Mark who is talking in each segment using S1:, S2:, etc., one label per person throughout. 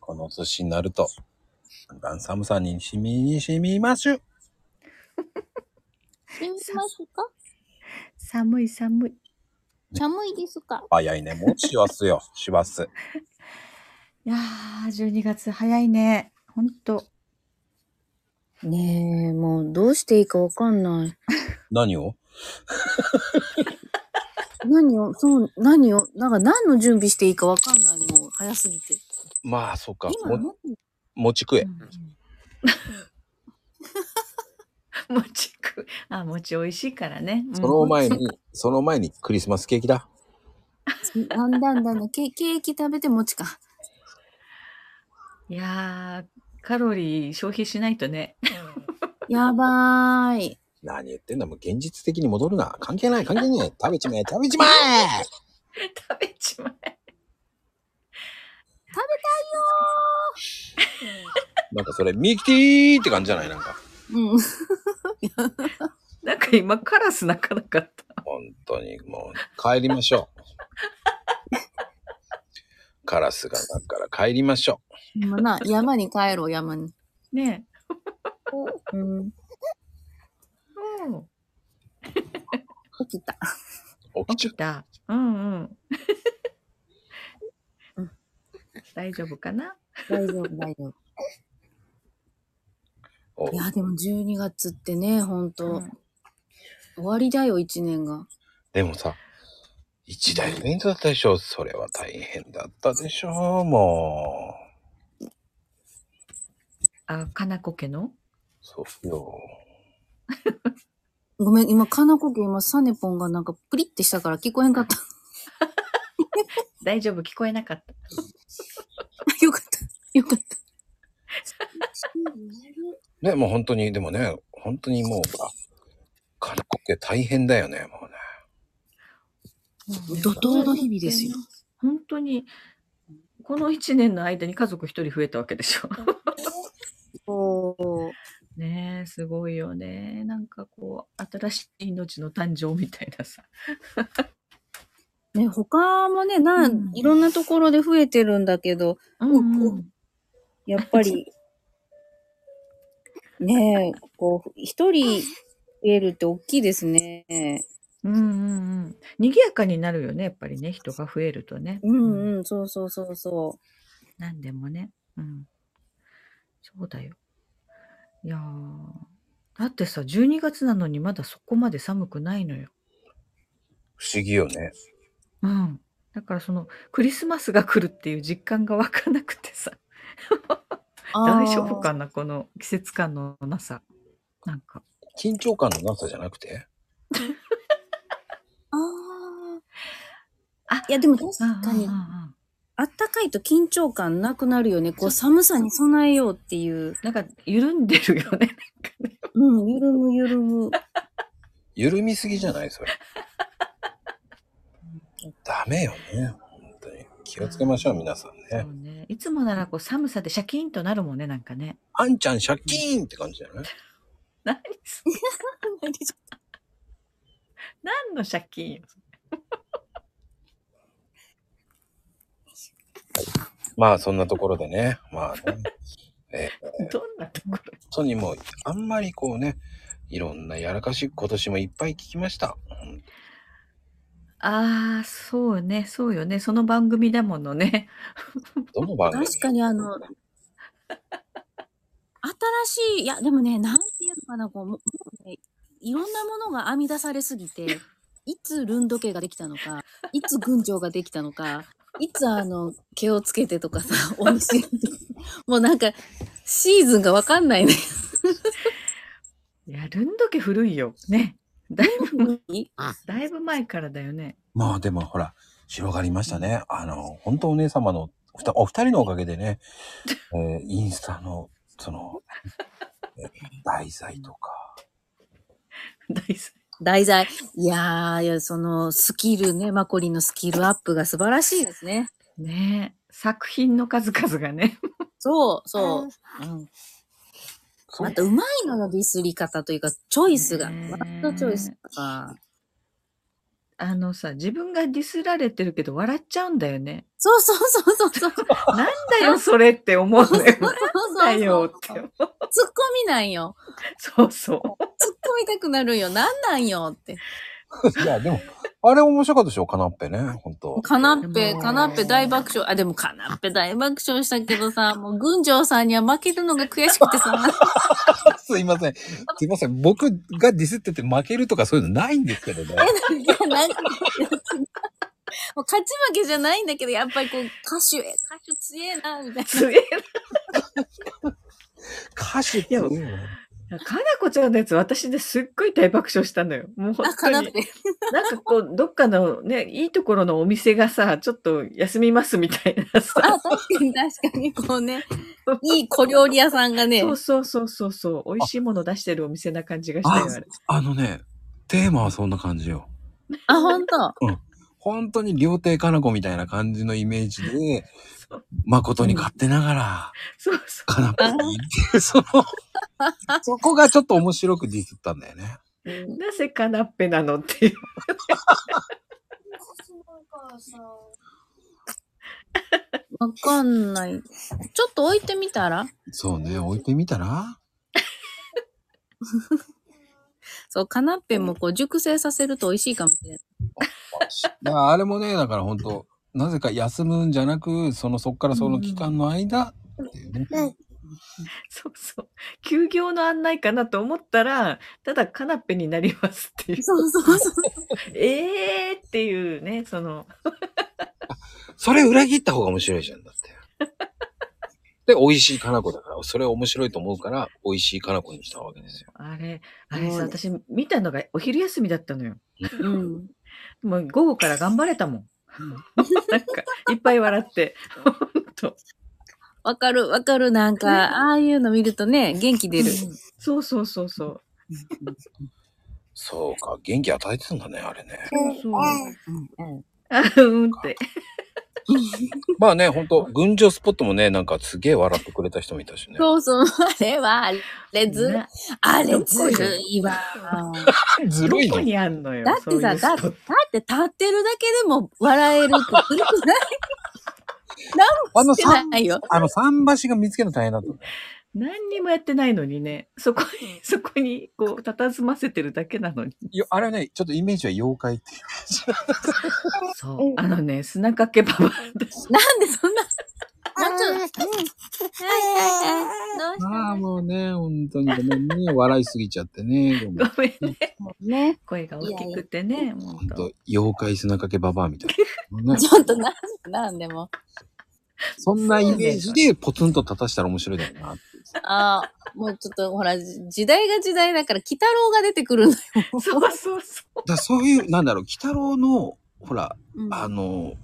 S1: この年になると、だんだん寒さにしみにしみましゅ。
S2: いますか
S3: 寒い寒い。
S2: 寒いですか
S1: 早いね。もう師走 よ。師走。
S3: いやー、12月早いね。ほんと。
S4: ねえ、もうどうしていいかわかんない。
S1: 何を
S4: 何を、そう、何を、なんか何の準備していいかわかんない。もう早すぎて。
S1: まあ、そっか。
S4: 今
S1: も
S4: 何
S1: 餅食え。
S3: 餅食う。あ、餅美味しいからね。うん
S1: その前に、その前にクリスマスケーキだ。
S4: だんだんだんだん、ケケーキ食べて餅か。
S3: いやー、カロリー消費しないとね。
S4: やばーい。
S1: 何言ってんだ。もう現実的に戻るな。関係ない、関係ない。食べちまえ、食べちまえ
S3: 食べちまえ。
S1: なんかそれ、ミキティーって感じじゃないなんか。
S4: うん。
S3: なんか今カラス鳴かなかった。
S1: 本当にもう帰りまし ょうカラスが鳴くから帰りましょ
S4: 今な、山に帰ろう、山に。
S3: ね
S4: うん。
S3: え。うん。
S4: 起きた。
S1: う起きち
S3: 起
S1: ゃ
S3: きた。うんうん。大丈夫かな
S4: 大丈夫、大丈
S1: お
S4: 夫。いや、でも12月ってね、ほんと、
S3: うん
S4: 終わりだよ、1年が。
S1: でもさ一大イベントだったでしょそれは大変だったでしょもう
S3: あ、かなこ家の
S1: そうよ
S4: ごめん、今、かなこ家、今、サネポンがなんかプリってしたから聞こえんかった。
S3: 大丈夫聞こえなかった。
S4: よかった。よかった。
S1: ねもう本当にでもね本当にもうほらカラコケ大変だよねもうね
S4: 怒涛の日々ですよ。
S3: 本当に、この1年の間に家族1人増えたわけでしょ。
S4: そ う。
S3: ねえ、すごいよね。なんかこう、新しい命の誕生みたいなさ。
S4: ね、他もね、な、
S3: うん
S4: ん、いろんなところで増えてるんだけど、うん
S3: うん
S4: やっぱ り、ねえ、こう、一人増えるって大きいですね。
S3: うんうんうん。賑やかになるよね、やっぱりね、人が増えるとね。
S4: うんうん、そうそうそうそ
S3: 何でもね。うん。そうだよ。いやーだってさ、12月なのにまだそこまで寒くないのよ。
S1: 不思議よね
S3: うん。だからその、クリスマスが来るっていう実感が湧かなくてさ。
S4: う。
S3: 大丈夫かなこの季節感のなさ。なんか。
S1: 緊張感のなさじゃなくて
S4: あーあ
S3: あ
S4: ー。いや、でも確かに
S3: うんう、んうん
S4: あったかいと緊張感なくなるよね。こう、寒さに備えようっていう。
S3: なんか緩んでるよね。
S4: うん、ゆるむゆる む。
S1: 緩みすぎじゃないそれダメよね本当に気をつけましょう皆さんね
S3: そうね。いつもならこう寒さでシャキーンとなるもんね、なんかね。
S1: あんちゃん借金って感じだよね。
S3: 何それ何の借金よ。
S1: まあそんなところでね、まあね、えー
S3: どんなところ
S1: 本当にもうあんまりこうね、いろんなやらかし今年もいっぱい聞きました。うん
S3: ああ、そうね、そうよね。その番組だものね。
S1: どの番組
S4: 確かにあの、新しい、いや、でもね、なんていうのかな、こう、ももうね、いろんなものが編み出されすぎて、いつルンド系ができたのか、いつ群青ができたのか、いつあの、毛をつけてとかさ、お店とか、もうなんか、シーズンがわかんないね。
S3: いや、ルンドケ古いよ。ね。だいぶ、だいぶ前からだよね。
S1: まあでもほら、広がりましたね。あの、本当お姉様のふたお二人のおかげで ね、えーインスタのそ の、えー題材とか、
S3: 大好
S4: 題材。いやー、いや、その、スキルね、マコリンのスキルアップが素晴らしいですね。
S3: きね作品の数々がね。
S4: そう、そう。うん
S1: そう
S4: またうまいのよ、ディスり方というか、チョイスが。
S3: ねえ
S4: ワットチョイスが。
S3: あのさ、自分がディスられてるけど笑っちゃうんだよね。
S4: そうそうそうそうそう。そう
S3: なんだよ、それって思うのよ。
S4: そ
S3: なん
S4: う
S3: だ
S4: そ
S3: よ
S4: う。
S3: って
S4: 突っ
S3: 思う。
S4: 込みなんよ。
S3: そうそ
S4: 突っ込みたくなるよ。なんなんよって。
S1: いや、でも、あれ面白かったでしょ、カナッペね、本当
S4: カナッ
S3: で
S4: ペ、
S3: も。
S4: カナッペ大爆笑。あ、でもカナッペ大爆笑したけどさ、もう群青さんには負けるのが悔しくてさ。
S1: すいません。すいません。僕がディスってて負けるとかそういうのないんですけどね。
S4: いや、なんか、もう勝ち負けじゃないんだけど、やっぱりこう、歌手、歌手強えな、みたいう
S3: すげえ
S1: 歌手っていうのは
S3: な。かなこちゃんのやつ、私ですっごい大爆笑したのよ。もう
S4: な。あ、
S3: 本当
S4: カナ
S3: に
S4: ッ。ペ。
S3: なんかこう、どっかのね、いいところのお店がさ、ちょっと休みますみたいなさ。
S4: あ、確かに確かに、こうね、いい小料理屋さんがね
S3: そ、うそうそうそうそう。美味しいもの出してるお店な感じがしたよ、あれ。
S1: あのね、テーマはそんな感じよ。
S4: あ、ほんと。
S1: 本当に料亭かな子みたいな感じのイメージで、
S3: そう
S1: 誠に勝手ながら、
S3: そうそ
S1: カナッペにっていう、その、そこがちょっと面白くディスったんだよね。
S3: う。なぜカナッペなのっていう。
S4: わかんない。ちょっと置いてみたら
S1: そうね、置いてみたら
S4: そう、カナッペもこう、熟成させると美味しいかもしれない。
S1: だからあれもね、だから本当なぜか休むんじゃなく、そのそっからその期間の間っていうね。
S3: そうそう。休業の案内かなと思ったら、ただカナッペになりますっていう。
S4: そうそうそう。
S3: えーっていうね、その、
S1: それ裏切った方が面白いじゃんだって。で、美味しいかな子だから、それ面白いと思うから、美味しいかな子にしたわけですよ。
S3: あれ、あれ
S4: そう
S3: さ、
S4: ね
S3: 私見たのがお昼休みだったのよ。
S4: うん。
S3: もう午後から頑張れたもん。 なんか、いっぱい笑って。
S4: わかる、わかる。なんか、ああいうの見るとね、元気出る。
S3: うんそうそうそうそう。
S1: そうか、元気与えてたんだね、あれね。
S3: そう。あ、うんって。
S1: まあね、ほんと、群青スポットもね、なんかすげえ笑ってくれた人もいたしね。
S4: そうそう。あれは、あれず、
S3: ね
S4: あれずるいわ。
S1: ずるい
S3: どこ
S1: ね。
S3: にあんのよ。
S4: だってさ
S3: そういうスポット
S4: だだって立ってるだけでも笑えるってずるくない何もしてないよ。
S1: あの、桟橋が見つけるの大変だったね。
S3: 何にもやってないのにね、そこに、そこに、こう、佇ませてるだけなのに。
S1: よあれはね、ちょっとイメージは妖怪っていう
S3: そう。あのね、砂かけばばあ
S4: なんで そんな。もうちょっと。はいはいはい。どう
S1: ああ、もうね、本当にごめんね。笑いすぎちゃってね。ごめん
S3: ごめんね。
S4: してね。
S3: 声が大きくてね、も
S1: 本
S3: う
S1: 当妖怪砂かけババアみたいな、 ね
S4: ち。ょっとなん、なんでも。
S1: そんなイメージでポツンと立たしたら面白いだろうなって。
S4: ああ、もうちょっとほら、じ時代が時代だから、鬼太郎が出てくるのよ。
S3: そうそ
S1: だ
S3: うそ
S1: からそういう、なんだろう、鬼太郎の、ほら、あの、
S3: う。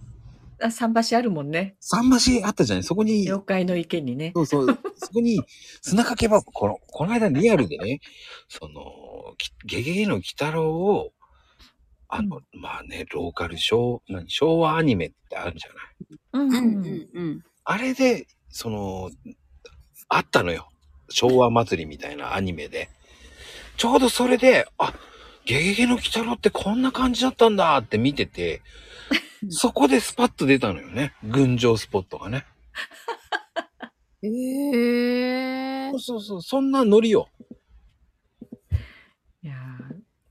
S3: あ、桟橋あるもんね。
S1: 桟橋あったじゃないそこに、
S3: 妖怪の池にね。
S1: そうそう、そこに砂かけば、この、この間リアルでね、その、きゲゲゲの鬼太郎を、あの、まあね、ローカル昭、何、昭和アニメってあるじゃない
S3: うん
S4: う
S3: うん。
S4: うんんうん。
S1: あれで、その、あったのよ。昭和祭りみたいなアニメで。ちょうどそれで、あ、ゲゲゲの鬼太郎ってこんな感じだったんだって見てて、そこでスパッと出たのよね。群青スポットがね。
S4: へえ
S1: そう。そうそう、そんなノリよ。
S3: いや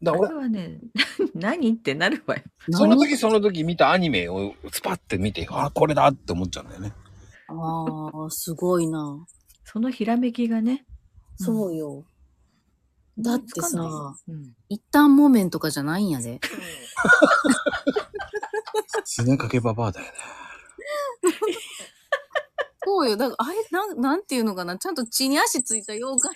S1: だ
S3: ー、
S1: から
S3: あれはね、 何ってなるわよ。
S1: 俺、その時その時見たアニメをスパッて見て、あ、これだって思っちゃうんだよね。
S4: ああ、すごいな。
S3: そのひらめきがね。
S4: そうよ。だってさ、
S3: うん。
S4: 一旦木綿とかじゃないんやで。
S1: 砂かけババアだよね。
S4: そうよ。だから、あれ、なん、なんていうのかな。ちゃんと血に足ついた妖怪。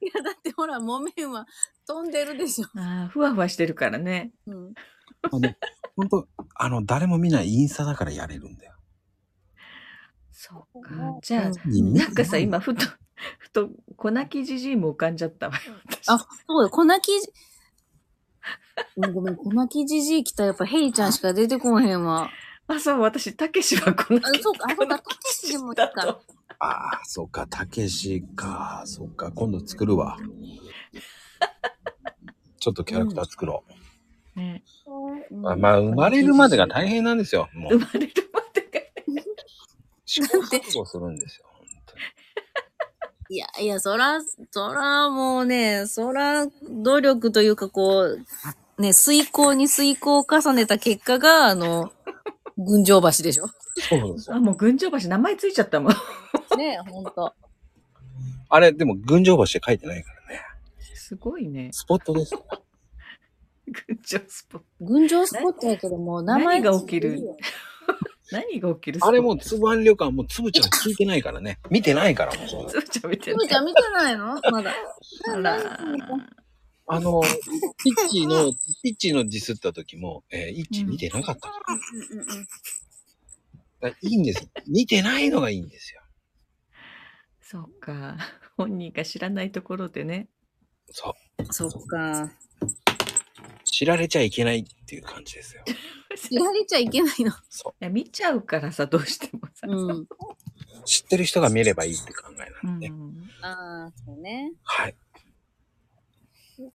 S4: いや、だってほら、木綿は飛んでるでしょ。
S3: ああ、ふわふわしてるからね。
S4: うん。
S1: あの、本当あの、誰も見ないインスタだからやれるんだよ。
S3: そうか。じゃあ、
S1: うん
S3: なんかさ、今、ふと、 ふと、粉木じじいも浮かんじゃったわよ。私
S4: あ、そうよ。粉木じ、うんごめん、粉木じじい来たらやっぱヘイちゃんしか出てこへんわ。
S3: あ、そう、私、たけしは粉
S4: あ
S3: 木。、
S4: そうか、あ、そうか、たけしでもいい
S3: だ
S4: か。
S3: と。
S1: ああ、そっか、たけしか、そっか、今度作るわ。ちょっとキャラクター作ろう。
S3: ね、
S4: うん
S1: まあ、まあ生まれるまでが大変なんですよ。も
S3: 生
S1: う、
S3: まれるまでが
S1: 試行錯誤するんですよ。本当に
S4: いやいや、そら、そらもうね、そら努力というかこう、ね、遂行に遂行を重ねた結果が、あの、群青橋でしょ。
S1: そうですよ。
S3: あ、もう群青橋名前ついちゃったもん。
S4: ね、ほんと。
S1: あれ、でも、群青橋って書いてないからね。
S3: すごいね。
S1: スポットですよ。
S3: 群青スポット。
S4: 群青スポットやけども、名前
S3: 何が起きる何が起きる
S1: あれもう、つぶあん旅館、もう、つぶちゃん聞いてないからね。見てないから、もうそう
S3: つぶちゃん見て
S4: つ
S3: る
S4: ぶちゃん見てない のまだ。
S3: あら
S1: あの、ピッチーの、ピッチーのディスった時も、えー、イッチー見てなかった。
S4: うんうんうん
S1: だからいいんです。見てないのがいいんですよ。
S3: そうか。本人が知らないところでね。
S1: そう。
S4: そっか。
S1: 知られちゃいけないっていう感じですよ。
S4: 知 られちゃいけないの。
S1: そ
S3: いや見ちゃうからさ、どうしてもさ。
S4: うん。
S1: う。知ってる人が見ればいいって考え
S3: う
S1: なん
S3: ん
S1: でね。
S4: ああ、そうね。
S1: はい。